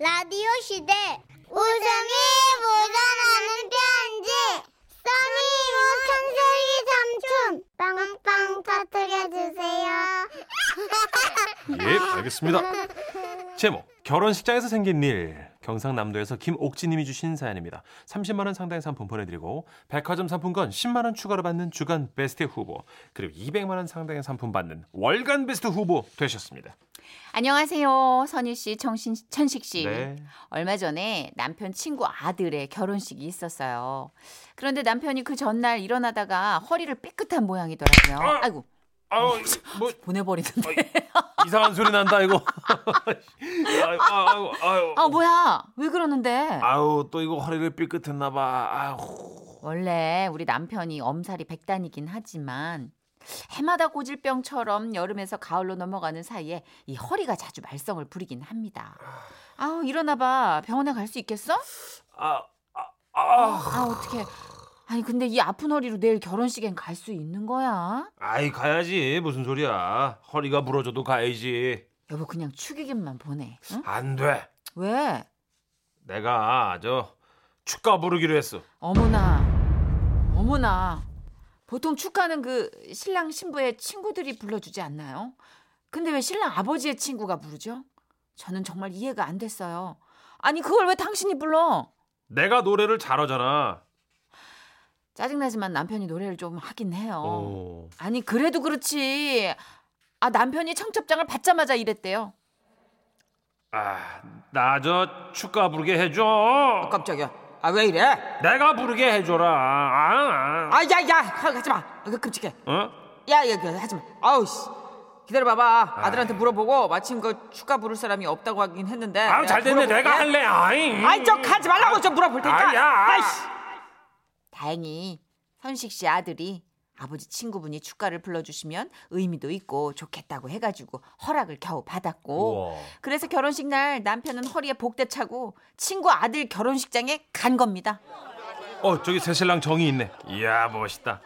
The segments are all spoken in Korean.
라디오 시대 웃음이 묻어나는 편지 써니 우천세기 삼촌 빵빵 터뜨려주세요 예, 알겠습니다. 제목 결혼식장에서 생긴 일 경상남도에서 김옥지님이 주신 사연입니다. 30만 원 상당의 상품 보내드리고 백화점 상품권 10만 원 추가로 받는 주간 베스트 후보 그리고 200만 원 상당의 상품 받는 월간 베스트 후보 되셨습니다. 안녕하세요. 선희 씨, 정신, 천식 씨. 네. 얼마 전에 남편 친구 아들의 결혼식이 있었어요. 그런데 남편이 그 전날 일어나다가 허리를 삐끗한 모양이더라고요. 아! 아이고, 아유, 뭐 보내버리는데. 이상한 소리 난다 이거. 아유, 아유, 아유. 아, 뭐야. 왜 그러는데? 어, 아유, 또 이거 허리를 삐끗했나 봐. 아유. 원래 우리 남편이 엄살이 백단이긴 하지만 해마다 고질병처럼 여름에서 가을로 넘어가는 사이에 이 허리가 자주 말썽을 부리긴 합니다. 아우 일어나봐 병원에 갈 수 있겠어? 아, 아, 아, 아. 어떡해. 아니 근데 이 아픈 허리로 내일 결혼식엔 갈 수 있는 거야? 아이 가야지. 무슨 소리야? 허리가 부러져도 가야지. 여보 그냥 축의금만 보내. 응? 안 돼. 왜? 내가 저 축가 부르기로 했어. 어머나, 어머나. 보통 축가는 그 신랑 신부의 친구들이 불러주지 않나요? 근데 왜 신랑 아버지의 친구가 부르죠? 저는 정말 이해가 안 됐어요. 아니 그걸 왜 당신이 불러? 내가 노래를 잘하잖아. 짜증나지만 남편이 노래를 좀 하긴 해요. 어. 오. 아니 그래도 그렇지. 아 남편이 청첩장을 받자마자 이랬대요. 아, 나 저 축가 부르게 해줘. 깜짝이야. 아 왜 이래? 내가 부르게 해줘라. 아, 아. 아야야 하지 마. 아, 그 끔찍해. 어? 야야 그, 하지 마. 아우 씨. 기다려봐봐. 아들한테 물어보고 마침 그 축가 부를 사람이 없다고 하긴 했는데. 아유 내가 잘 됐네. 물어볼게. 내가 할래. 아이. 아이 저 가지 말라고 좀 물어볼 테니까. 아야. 그러니까, 아이씨. 다행히 선식 씨 아들이 아버지 친구분이 축가를 불러주시면 의미도 있고 좋겠다고 해가지고 허락을 겨우 받았고 우와. 그래서 결혼식 날 남편은 허리에 복대 차고 친구 아들 결혼식장에 간 겁니다. 어, 저기 새 신랑 정이 있네. 이야, 멋있다.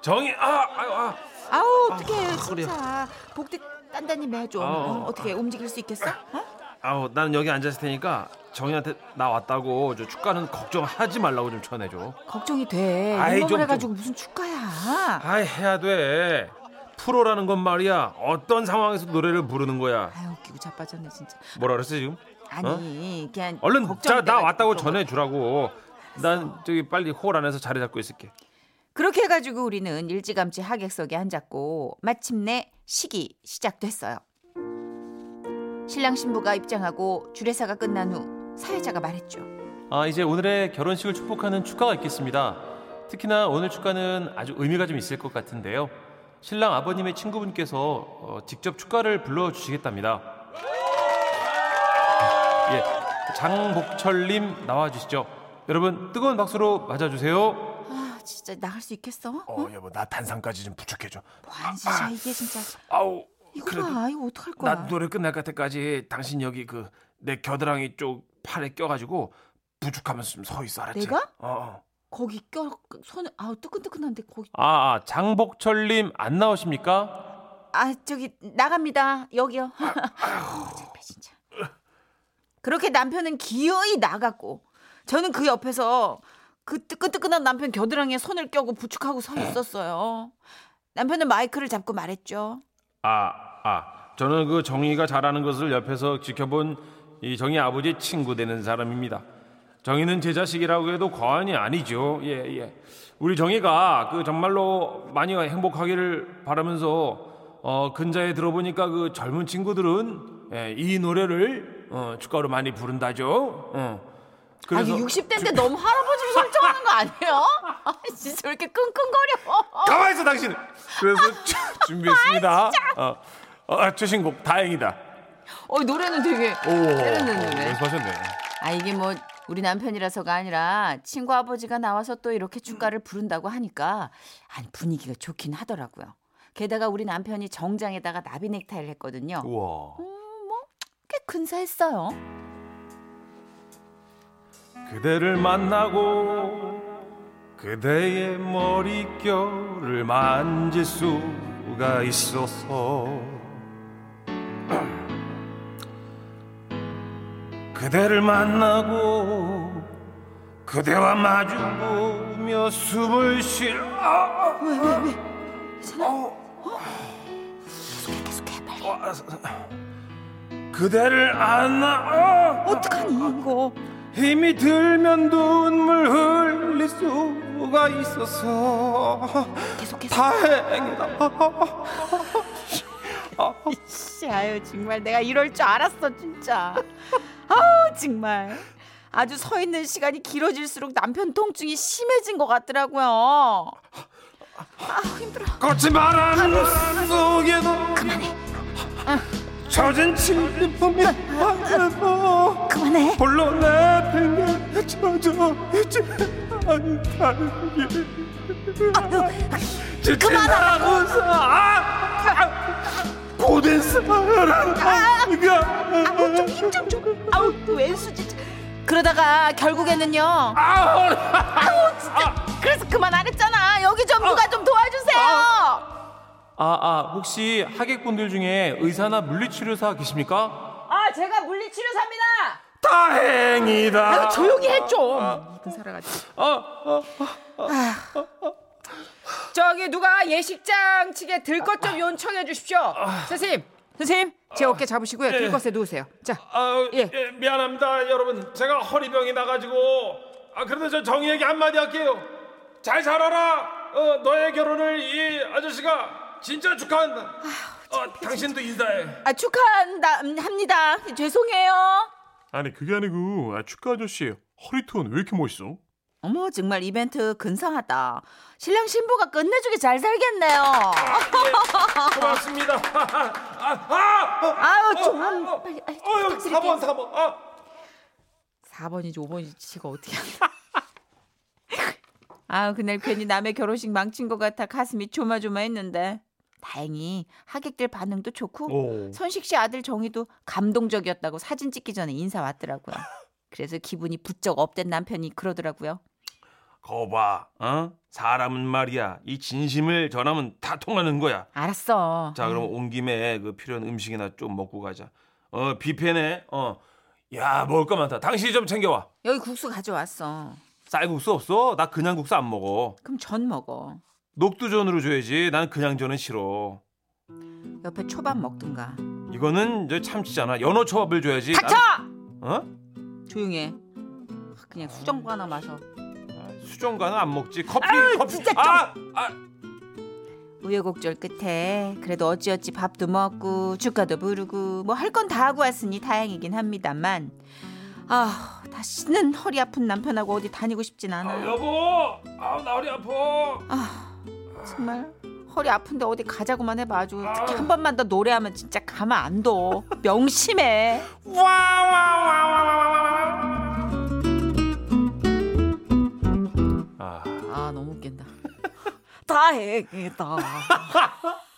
정이 아, 아유, 아. 아우 어떡해 진짜 허리야. 복대 단단히 매줘. 어. 어, 어떻게 움직일 수 있겠어? 어? 아우, 나는 여기 앉아 있을 테니까 정이한테 나 왔다고 저 축가는 걱정하지 말라고 좀 전해 줘. 걱정이 돼. 아이, 이놈을 좀, 해가지고 무슨 축가야. 아이 해야 돼. 프로라는 건 말이야. 어떤 상황에서 노래를 부르는 거야. 아유 웃기고 자빠졌네 진짜. 뭐라 그랬어 지금? 아니 그냥 어? 얼른 걱정이 자, 나 돼가지고 왔다고 그런 거. 전해주라고. 난 저기 빨리 홀 안에서 자리 잡고 있을게. 그렇게 해가지고 우리는 일찌감치 하객석에 앉았고 마침내 식이 시작됐어요. 신랑 신부가 입장하고 주례사가 끝난 후 사회자가 말했죠. 아 이제 오늘의 결혼식을 축복하는 축가가 있겠습니다. 특히나 오늘 축가는 아주 의미가 좀 있을 것 같은데요. 신랑 아버님의 친구분께서 어, 직접 축가를 불러주시겠답니다. 예, 장복철님 나와주시죠. 여러분 뜨거운 박수로 맞아주세요. 아 진짜 나갈 수 있겠어? 어 여보 나 단상까지 좀 부축해줘. 완시야 이게 진짜 아우 이거 그래도 봐 이거 어떡할 거야? 나 노래 끝날 때까지 당신 여기 그 내 겨드랑이 쪽 팔에 껴가지고 부축하면서 좀 서 있어 알았지? 내가? 어. 거기 껴 손을 아우 뜨끈뜨끈한데 거기 아, 아 장복철님 안 나오십니까? 아 저기 나갑니다 여기요. 아우, 창피해, 진짜. 그렇게 남편은 기어이 나갔고 저는 그 옆에서 그 뜨끈뜨끈한 남편 겨드랑이에 손을 껴고 부축하고 서 있었어요. 남편은 마이크를 잡고 말했죠. 아, 아 저는 그 정희가 잘하는 것을 옆에서 지켜본 이 정희 아버지 친구 되는 사람입니다. 정희는 제 자식이라고 해도 과언이 아니죠. 예, 예. 우리 정희가 그 정말로 많이 행복하기를 바라면서 어, 근자에 들어보니까 그 젊은 친구들은 예, 이 노래를 어, 축가로 많이 부른다죠. 어. 아 이거 60대인데 너무 할아버지로 설정하는 거 아니에요? 아, 진짜 왜 이렇게 끙끙거려? 가만 있어 당신. 그래서 주- 준비했습니다. 어, 어, 최신곡 다행이다. 어, 이 노래는 되게 세련됐는데. 네, 연습하셨네. 아 이게 뭐 우리 남편이라서가 아니라 친구 아버지가 나와서 또 이렇게 축가를 부른다고 하니까 아니 분위기가 좋긴 하더라고요. 게다가 우리 남편이 정장에다가 나비 넥타이를 했거든요. 우와. 꽤 근사했어요. 그대를 만나고 그대의 머릿결을 만질 수가 있어서 그대를 만나고 그대와 마주보며 숨을 쉬어 아! 어? 아, 그대를 안아 어, 어떡하니 이거 힘이 들면 눈물 흘릴 수가 있어서 계속해서. 다행이다 씨, 아유 정말 내가 이럴 줄 알았어 진짜. 아우 정말. 아주 서 있는 시간이 길어질수록 남편 통증이 심해진 것 같더라고요. 아 힘들어. 거침한 아, 안 속에도 젖은 침품이 안되고 그만해. 홀로 내 팽에 젖어 있지 않다니 지친다고서 아, 고된 아, 사랑가 힘좀 줘. 아우 또 왼수 진짜. 그러다가 결국에는요. 아우 진짜. 그래서 그만 안 했잖아. 여기 좀 어. 누가 좀 도와주세요. 아, 아, 혹시 하객분들 중에 의사나 물리치료사 계십니까? 아 제가 물리치료사입니다. 다행이다. 조용히 해 좀. 어. 모든 살아가지. 저기 누가 예식장 측에 들것 좀 요청해 주십시오. 선생님, 선생님 제 어깨 잡으시고요. 예. 들것에 놓으세요. 자, 아, 예. 예, 미안합니다, 여러분. 제가 허리병이 나가지고. 아, 그래도 저 정희에게 한마디 할게요. 잘 살아라. 어, 너의 결혼을 이 아저씨가 진짜 축하한다. 어, 당신도 인사해. 아 축하한다 음, 합니다. 죄송해요. 아니 그게 아니고 아, 축가 아저씨 허리톤 왜 이렇게 멋있어? 어머 정말 이벤트 근사하다. 신랑 신부가 끝내주게 잘 살겠네요. 고맙습니다. 아, 아, 아유 어, 좀 어, 빨리 아이, 어, 유 4번, 4번. 아, 4번이지 5번이지가 어떻게 하나. 아 그날 괜히 남의 결혼식 망친 것 같아 가슴이 조마조마했는데 다행히 하객들 반응도 좋고 오. 선식 씨 아들 정희도 감동적이었다고 사진 찍기 전에 인사 왔더라고요. 그래서 기분이 부쩍 업된 남편이 그러더라고요. 거봐, 어? 사람은 말이야, 이 진심을 전하면 다 통하는 거야. 알았어. 자, 그럼 온 김에 그 필요한 음식이나 좀 먹고 가자. 어, 비페네, 어, 야, 먹을 거 많다. 당신이 좀 챙겨와. 여기 국수 가져왔어. 쌀국수 없어? 나 그냥 국수 안 먹어. 그럼 전 먹어. 녹두전으로 줘야지. 난 그냥 전은 싫어. 옆에 초밥 먹든가. 이거는 저 참치잖아. 연어 초밥을 줘야지. 닥쳐! 난- 어? 조용해. 그냥 수정과 하나 마셔. 아, 수정과는 안 먹지. 커피, 커피. 진짜 좀- 아, 아, 우여곡절 끝에 그래도 어찌어찌 밥도 먹고 축가도 부르고 뭐 할 건 다 하고 왔으니 다행이긴 합니다만 아 다시는 허리 아픈 남편하고 어디 다니고 싶진 아, 않아요. 여보, 아, 나 허리 아파. 정말 허리 아픈데 어디 가자고만 해봐 아주 특히 한 번만 더 노래하면 진짜 가만 안 둬. 명심해. 아, 아 너무 웃긴다. 다행이다.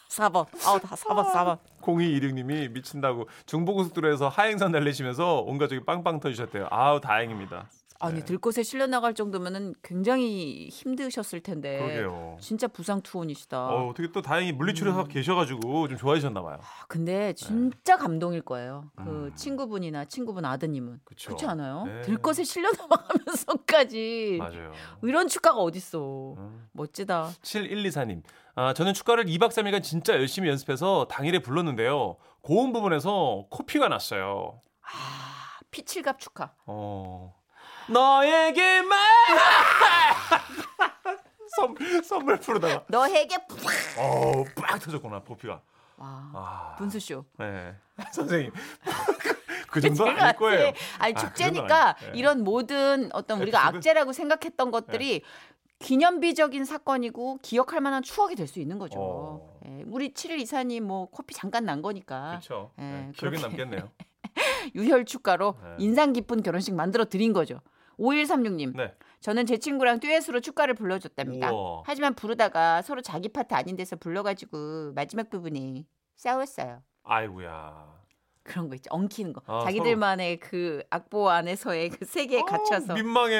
4번. 아우 다 4번 4번. 0216님이 미친다고 중부고속도로에서 하행선 날리시면서 온 가족이 빵빵 터지셨대요. 아우 다행입니다. 아니 들꽃에 실려 나갈 정도면은 굉장히 힘드셨을 텐데. 그러게요. 진짜 부상 투혼이시다. 어, 어떻게 또 다행히 물리치료사 음. 계셔가지고 좀 좋아지셨나 봐요. 아, 네. 근데 진짜 감동일 거예요. 그 친구분이나 친구분 아드님은 음. 그쵸. 그렇지 않아요? 네. 들것에 실려 나가면서까지 맞아요. 음. 이런 축가가 어딨어? 멋지다. 7124님. 아, 저는 축가를 2박 3일간 진짜 열심히 연습해서 당일에 불렀는데요. 고음 부분에서 코피가 났어요. 아, 피칠갑 축하. 어. 너에게만 선, 선물 부르다가 너에게 푹! 어우 빡 터졌구나 코피가. 와 아. 분수 쇼. 네. 선생님. 그 정도 아닐 제가 거예요. 아니 아, 축제니까 그건 아니- 예. 그 이런 모든 어떤 우리가 에피소드? 악재라고 생각했던 예. 것들이 기념비적인 사건이고 기억할 만한 추억이 될 수 있는 거죠. 어. 예, 우리 7일 이사님 뭐 코피 잠깐 난 거니까 그렇죠. 예, 네, 기억에 그렇게. 남겠네요. 유혈 축가로 네. 인상 깊은 결혼식 만들어 드린 거죠. 5136님. 네. 저는 제 친구랑 듀엣으로 축가를 불러줬답니다. 우와. 하지만 부르다가 서로 자기 파트 아닌 데서 불러가지고 마지막 부분에 싸웠어요. 아이고야. 그런 거 있죠. 엉키는 거. 아, 어, 자기들만의 그 악보 안에서의 그 세계에 갇혀서 민망해.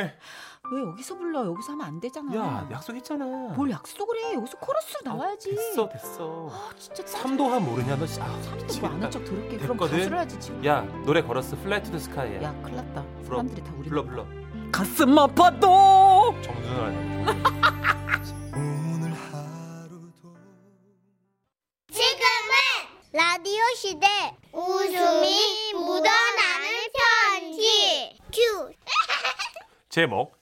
왜 여기서 불러? 여기서 하면 안 되잖아. 야 약속했잖아. 뭘 약속을 해? 여기서 코러스 나와야지. 됐어 됐어. 아, 진짜 삼도한 모르냐 너 진짜. 아, 사람들 미치겠다. 뭐안 한척 더럽게 그럼 됐거든. 가수를 해야지 지금. 야 노래 걸었어. 플라이 투 더 스카이야. 야, 큰일 났다. 불어. 사람들이 다 우리 불러 불러. 가슴 아파도 정준하. 지금은 라디오 시대 웃음이 묻어나는 편지 큐 제목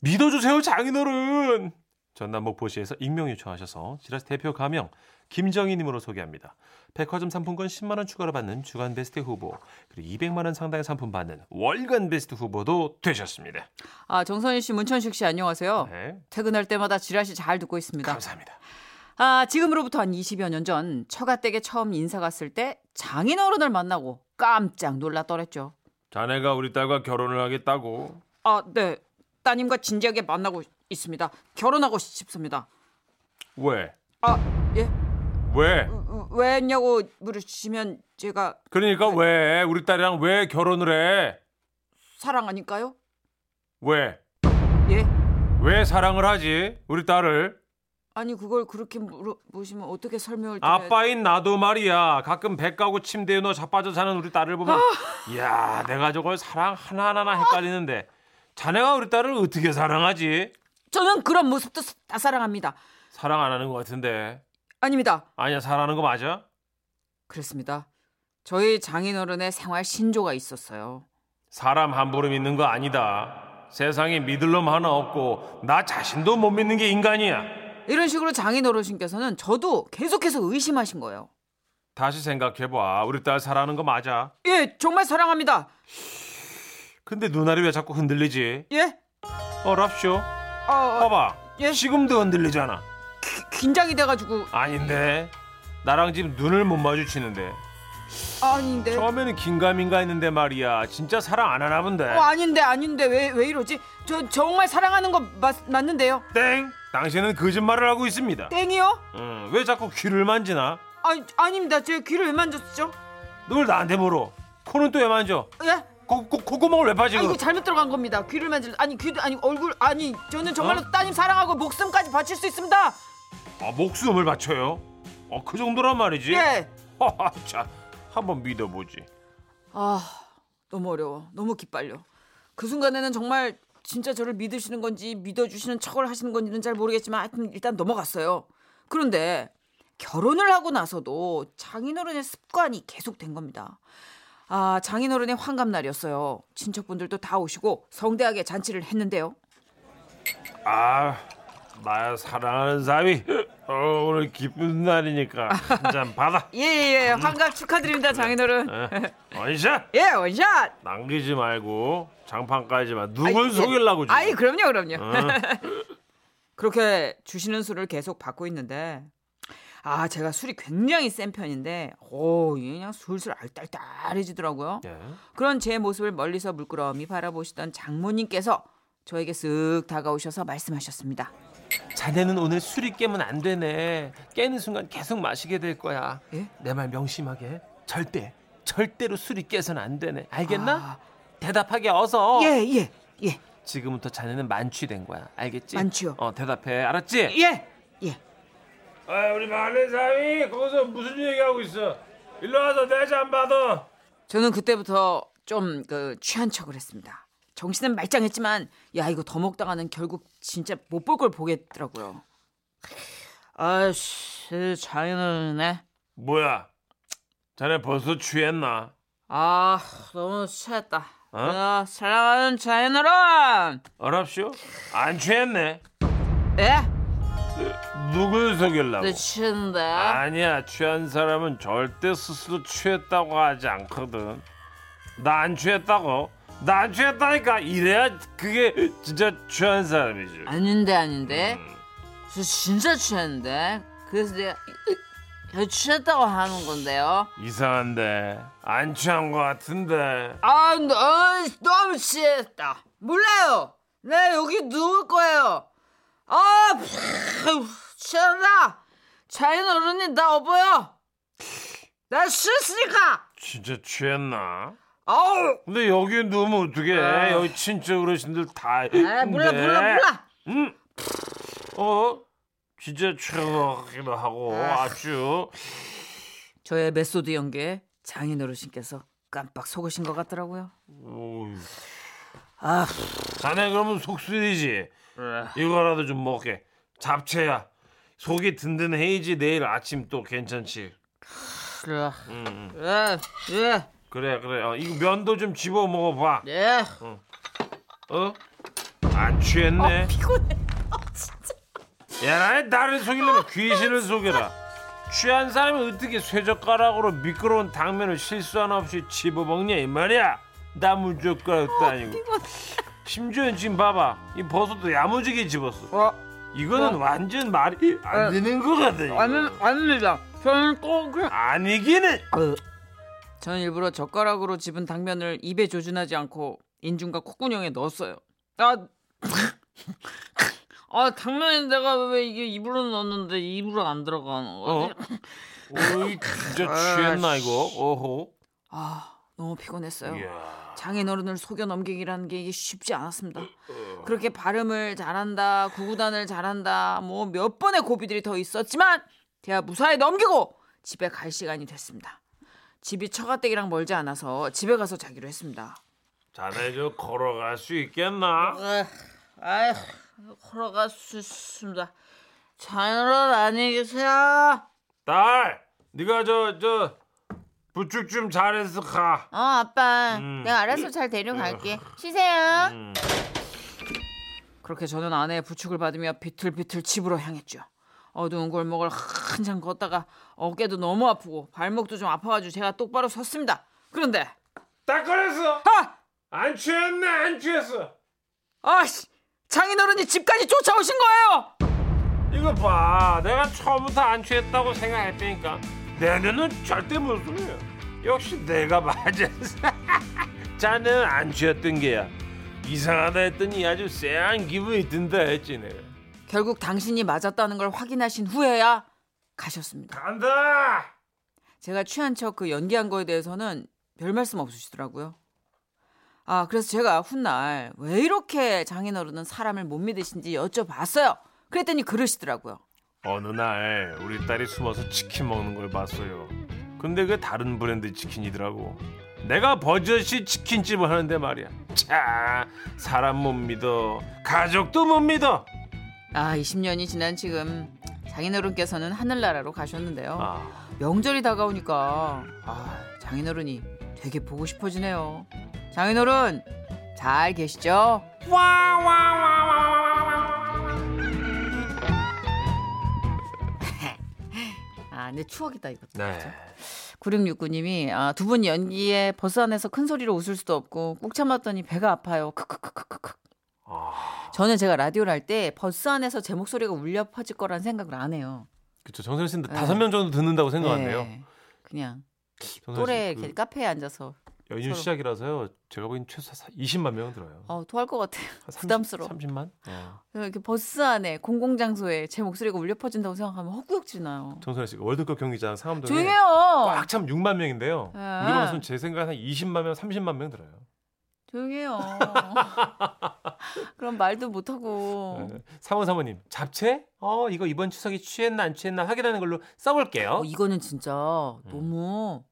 믿어주세요 장인어른. 전남 목포시에서 익명 요청하셔서 지라시 대표 가명 김정희님으로 소개합니다. 백화점 상품권 10만 원 추가로 받는 주간 베스트 후보 그리고 200만 원 상당의 상품 받는 월간 베스트 후보도 되셨습니다. 아, 정선희 씨, 문천식 씨 안녕하세요. 네, 퇴근할 때마다 지라시 잘 듣고 있습니다. 감사합니다. 아, 지금으로부터 한 20여 년 전 처가댁에 처음 인사 갔을 때 장인어른을 만나고 깜짝 놀랐더랬죠. 자네가 우리 딸과 결혼을 하겠다고. 아, 네. 따님과 진지하게 만나고 있습니다. 결혼하고 싶습니다. 왜? 아, 예. 왜? 왜냐고 물으시면 제가 그러니까 왜 우리 딸이랑 왜 결혼을 해? 사랑하니까요. 왜? 예. 왜 사랑을 하지? 우리 딸을 아니 그걸 그렇게 물어보시면 어떻게 설명을 드려야 아빠인 나도 말이야. 가끔 배 까고 침대에 누워 자빠져 사는 우리 딸을 아. 보면 이야 내가 저걸 사랑 하나 하나 헷갈리는데 자네가 우리 딸을 어떻게 사랑하지? 저는 그런 모습도 다 사랑합니다. 사랑 안 하는 것 같은데 아닙니다. 아니야 사랑하는 거 맞아? 그렇습니다. 저희 장인어른의 생활 신조가 있었어요. 사람 함부로 믿는 거 아니다. 세상에 믿을 놈 하나 없고 나 자신도 못 믿는 게 인간이야. 이런 식으로 장인어르신께서는 저도 계속해서 의심하신 거예요. 다시 생각해봐. 우리 딸 사랑하는 거 맞아. 예, 정말 사랑합니다. 근데 눈알이 왜 자꾸 흔들리지? 예? 어 랍쇼 어, 어, 봐봐 예? 지금도 흔들리잖아. 긴장이 돼가지고 아닌데 나랑 지금 눈을 못 마주치는데 아닌데. 처음에는 긴가민가 했는데 말이야 진짜 사랑 안 하나 본데 어, 아닌데 아닌데 왜 왜 이러지? 저 정말 사랑하는 거 맞, 맞는데요. 땡 당신은 거짓말을 하고 있습니다 땡이요? 음, 왜 자꾸 귀를 만지나 아니 아닙니다. 제 귀를 왜 만졌죠? 널 나한테 물어 코는 또 왜 만져 예? 코, 코, 콧구멍을 왜 아 파지 이거 그 잘못 들어간 겁니다. 귀를 만질 아니 귀도 아니 얼굴 아니 저는 정말로 따님 사랑하고 목숨까지 바칠 수 있습니다. 아, 목숨을 바쳐요 어, 그 정도란 말이지 예. 하하, 자 한번 믿어보지 아 너무 어려워. 너무 기빨려. 그 순간에는 정말 진짜 저를 믿으시는 건지 믿어주시는 척을 하시는 건지는 잘 모르겠지만 하여튼 일단 넘어갔어요. 그런데 결혼을 하고 나서도 장인어른의 습관이 계속된 겁니다. 아 장인어른의 환갑날이었어요. 친척분들도 다 오시고 성대하게 잔치를 했는데요. 아 나 사랑하는 사위 어, 오늘 기쁜 날이니까 한 잔 받아 예예예 환갑 축하드립니다 장인어른. 예, 원샷 예 원샷. 남기지 말고 장판까지만 누군 아이, 속일라고 예. 아이 지금 어. 그럼요 그럼요. 그렇게 주시는 술을 계속 받고 있는데 아 제가 술이 굉장히 센 편인데 오 이게 그냥 술술 알딸딸해지더라고요. 예. 그런 제 모습을 멀리서 물끄러미 바라보시던 장모님께서 저에게 쓱 다가오셔서 말씀하셨습니다. 자네는 오늘 술이 깨면 안 되네. 깨는 순간 계속 마시게 될 거야. 예? 내 말 명심하게. 절대 아. 절대로 술이 깨선 안 되네. 알겠나? 대답하게 어서. 예예 예. 예. 지금부터 자네는 만취된 거야. 알겠지? 만취요. 어 대답해. 알았지? 예. 예. 아, 우리 마른 사위 거기서 무슨 얘기하고 있어 일로 와서 내 잔 받아 저는 그때부터 좀 그 취한 척을 했습니다. 정신은 말짱했지만 야 이거 더 먹다가는 결국 진짜 못 볼 걸 보겠더라고요. 아씨 장인어른네. 뭐야 자네 벌써 취했나 아 너무 취했다. 어? 아, 사랑하는 장인어른. 어랍쇼 안 취했네 예? 누굴 속일라고 내 네, 취했는데. 아니야 취한 사람은 절대 스스로 취했다고 하지 않거든 나 안 취했다고 나 안 취했다니까 이래야 그게 진짜 취한 사람이지 아닌데 아닌데. 저 진짜 취했는데. 그래서 내가 저 취했다고 하는 건데요. 이상한데 안 취한 것 같은데 아, 너무, 너무 취했다. 몰라요. 나 여기 누울 거예요. 아, 취한다. 자인 어른이 나 업어요. 나 취했으니까. 진짜 취했나? 아우 근데 여기에 누우면 어떡해 아. 여기 친척 어르신들 다 아, 몰라 있는데. 몰라 몰라 음. 어? 진짜 최고기도 하고 아주 저의 메소드 연기에 장인 어르신께서 깜빡 속으신 것 같더라고요 어이. 아 네. 자네 그러면 속 쓰리지 이거라도 좀 먹게 잡채야 속이 든든해야지 내일 아침 또 괜찮지 그래 음. 예예 그래 그래 어, 이거 면도 좀 집어 먹어봐 예. 어? 안 취했네 아, 피곤해 진짜 야나 나를 속이려면 귀신을 속여라 취한 사람이 어떻게 쇠젓가락으로 미끄러운 당면을 실수 하나 없이 집어먹냐 이 말이야 나무젓가락도 아니고 심지어 지금 봐봐 이 버섯도 야무지게 집었어 어 이거는 완전 말이 안 어. 되는 거거든 이거. 아니 아닙니다 저는 꼭 그냥 아니기는 저는 일부러 젓가락으로 집은 당면을 입에 조준하지 않고 인중과 콧구멍에 넣었어요. 아, 아 당면이 내가 왜 이게 입으로 넣었는데 입으로 안 들어가는 거지? 어이 진짜 취했나 이거 어허 아 너무 피곤했어요. 이야. 장인어른을 속여 넘기기라는 게 이게 쉽지 않았습니다. 어, 그렇게 발음을 잘한다, 구구단을 잘한다, 뭐 몇 번의 고비들이 더 있었지만 대화 무사히 넘기고 집에 갈 시간이 됐습니다. 집이 처가댁이랑 멀지 않아서 집에 가서 자기로 했습니다. 자네 저 걸어갈 수 있겠나 아휴, 걸어갈 수 있습니다. 장인어른 안녕히 계세요. 딸 네가 저 저 부축 좀 잘해서 가 어 아빠 음. 내가 알아서 잘 데려갈게 쉬세요 그렇게 저는 아내의 부축을 받으며 비틀비틀 집으로 향했죠. 어두운 골목을 한참 걷다가 어깨도 너무 아프고 발목도 좀 아파가지고 제가 똑바로 섰습니다. 그런데 딱 걸렸어 아! 안 취했네 안 취했어 아씨! 장인어른이 집까지 쫓아오신 거예요! 이거 봐 내가 처음부터 안 취했다고 생각했다니까 내 눈은 절대 못 속여 역시 내가 맞았어 자네는 안 취했던 게야 이상하다 했더니 아주 쎄한 기분이 든다 했지 내가 결국 당신이 맞았다는 걸 확인하신 후에야 가셨습니다. 간다 제가 취한 척 그 연기한 거에 대해서는 별 말씀 없으시더라고요. 아, 그래서 제가 훗날 왜 이렇게 장인어른은 사람을 못 믿으신지 여쭤봤어요. 그랬더니 그러시더라고요. 어느 날 우리 딸이 숨어서 치킨 먹는 걸 봤어요. 근데 그 다른 브랜드 치킨이더라고. 내가 버젓이 치킨집을 하는데 말이야. 차 사람 못 믿어, 가족도 못 믿어. 아, 20년이 지난 지금 장인어른께서는 하늘나라로 가셨는데요. 아, 명절이 다가오니까 아, 장인어른이 되게 보고 싶어지네요. 장인어른 잘 계시죠? 아, 내 추억이다 이거. 네. 9669님이 아, 두 분 연기에 버스 안에서 큰 소리로 웃을 수도 없고 꾹 참았더니 배가 아파요. 크크크크크크. 아, 저는 제가 라디오를 할 때 버스 안에서 제 목소리가 울려 퍼질 거란 생각을 안 해요. 그렇죠. 정선 씨는 네. 다섯 명 정도 듣는다고 생각한대요. 네. 그냥 정선 씨, 또래 그 이렇게 카페에 앉아서 연휴 그 서로. 시작이라서요. 제가 보기엔 최소 20만 명은 들어요. 어, 토할 것 같아요. 한 30, 부담스러워. 30만? 어. 그래서 이렇게 버스 안에 공공장소에 제 목소리가 울려 퍼진다고 생각하면 헛구역질 나요. 정선 씨가 월드컵 경기장 상암동에 조용해요. 꽉 참 6만 명인데요. 어. 아. 우리 방송 제 생각에 한 20만 명, 30만 명 들어요. 조용해요. 그럼 네. 말도 못하고. 사원 사모님 잡채? 어 이거 이번 추석에 취했나 안 취했나 확인하는 걸로 써볼게요. 어, 이거는 진짜 너무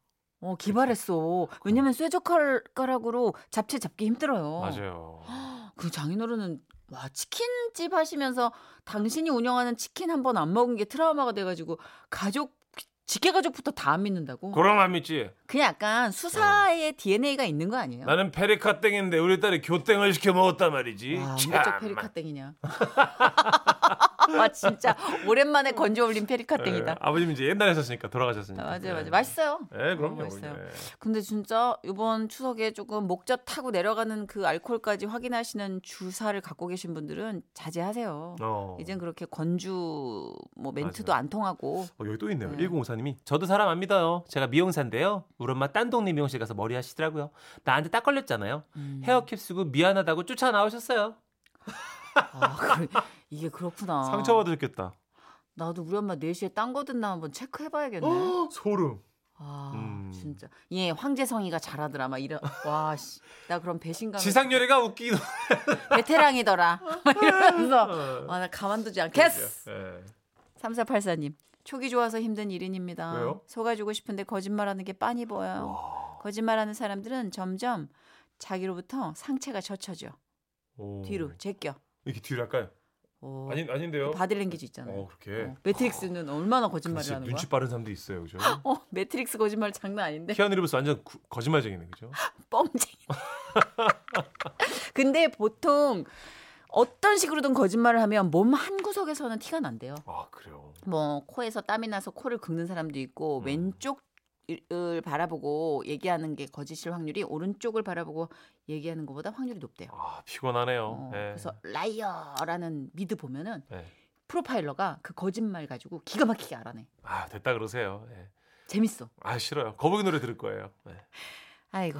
어, 기발했어. 왜냐면 쇠젓가락으로 잡채 잡기 힘들어요. 맞아요. 그 장인어른은 와 치킨집 하시면서 당신이 운영하는 치킨 한 번 안 먹은 게 트라우마가 돼가지고 가족 직계 가족부터 다 안 믿는다고? 그럼 안 믿지. 그냥 약간 수사의 DNA가 있는 거 아니에요? 나는 페리카 땡인데 우리 딸이 교땡을 시켜 먹었단 말이지. 와, 참. 이것저 페리카땡이냐? 와 진짜 오랜만에 건져 올린 페리카땡이다. 네. 아버님 이제 옛날에 하셨으니까 돌아가셨으니까. 맞아요, 네. 맞아요. 맛있어요. 예, 그럼요. 어, 맛있어요. 예. 근데 진짜 이번 추석에 조금 목젖 타고 내려가는 그 알코올까지 확인하시는 주사를 갖고 계신 분들은 자제하세요. 어. 이젠 그렇게 건주 뭐 멘트도 안 통하고 어, 여기 또 있네요. 네. 1054님이 저도 사람 안 믿어요. 제가 미용사인데요. 우리 엄마 딴 동네 미용실 가서 머리 하시더라고요. 나한테 딱 걸렸잖아요. 음. 음. 헤어캡 쓰고 미안하다고 쫓아 나오셨어요. 아, 그래. 이게 그렇구나. 상처받으셨겠다. 네 나도 우리 엄마 4시에 딴 거 듣나 한번 체크해봐야겠네. 소름. 아, 어? 와 음. 진짜 예 황재성이가 잘하더라 막 이런 와씨나 그럼 배신감 지상렬이가 네. 웃기도. 베테랑이더라 막 이러면서 와 나 가만두지 않겠어 어, 예. 3484님. 초기 좋아서 힘든 일인입니다. 왜요? 속아주고 싶은데 거짓말하는 게 빤히 보여요. 거짓말하는 사람들은 점점 자기로부터 상체가 젖혀져. 오. 뒤로 제껴. 이렇게 뒤로 할까요? 오. 아니 아닌데요. 바디랭귀지 있잖아요. 어 그렇게. 어, 매트릭스는 얼마나 거짓말을 진짜 하는 눈치 거야? 네. 빠른 사람도 있어요, 그죠? 어, 매트릭스 거짓말 장난 아닌데. 키아누 리브스 완전 구- 거짓말쟁이네, 그죠? 뻥쟁이. 근데 보통 어떤 식으로든 거짓말을 하면 몸 한 구석에서는 티가 난대요. 아 그래요. 뭐 코에서 땀이 나서 코를 긁는 사람도 있고 음. 왼쪽을 바라보고 얘기하는 게 거짓일 확률이 오른쪽을 바라보고 얘기하는 것보다 확률이 높대요. 아 피곤하네요. 어, 예. 그래서 라이어라는 미드 보면은 예. 프로파일러가 그 거짓말 가지고 기가 막히게 알아내. 아 됐다 그러세요. 예. 재밌어. 아 싫어요. 거북이 노래 들을 거예요. 예. 아이고.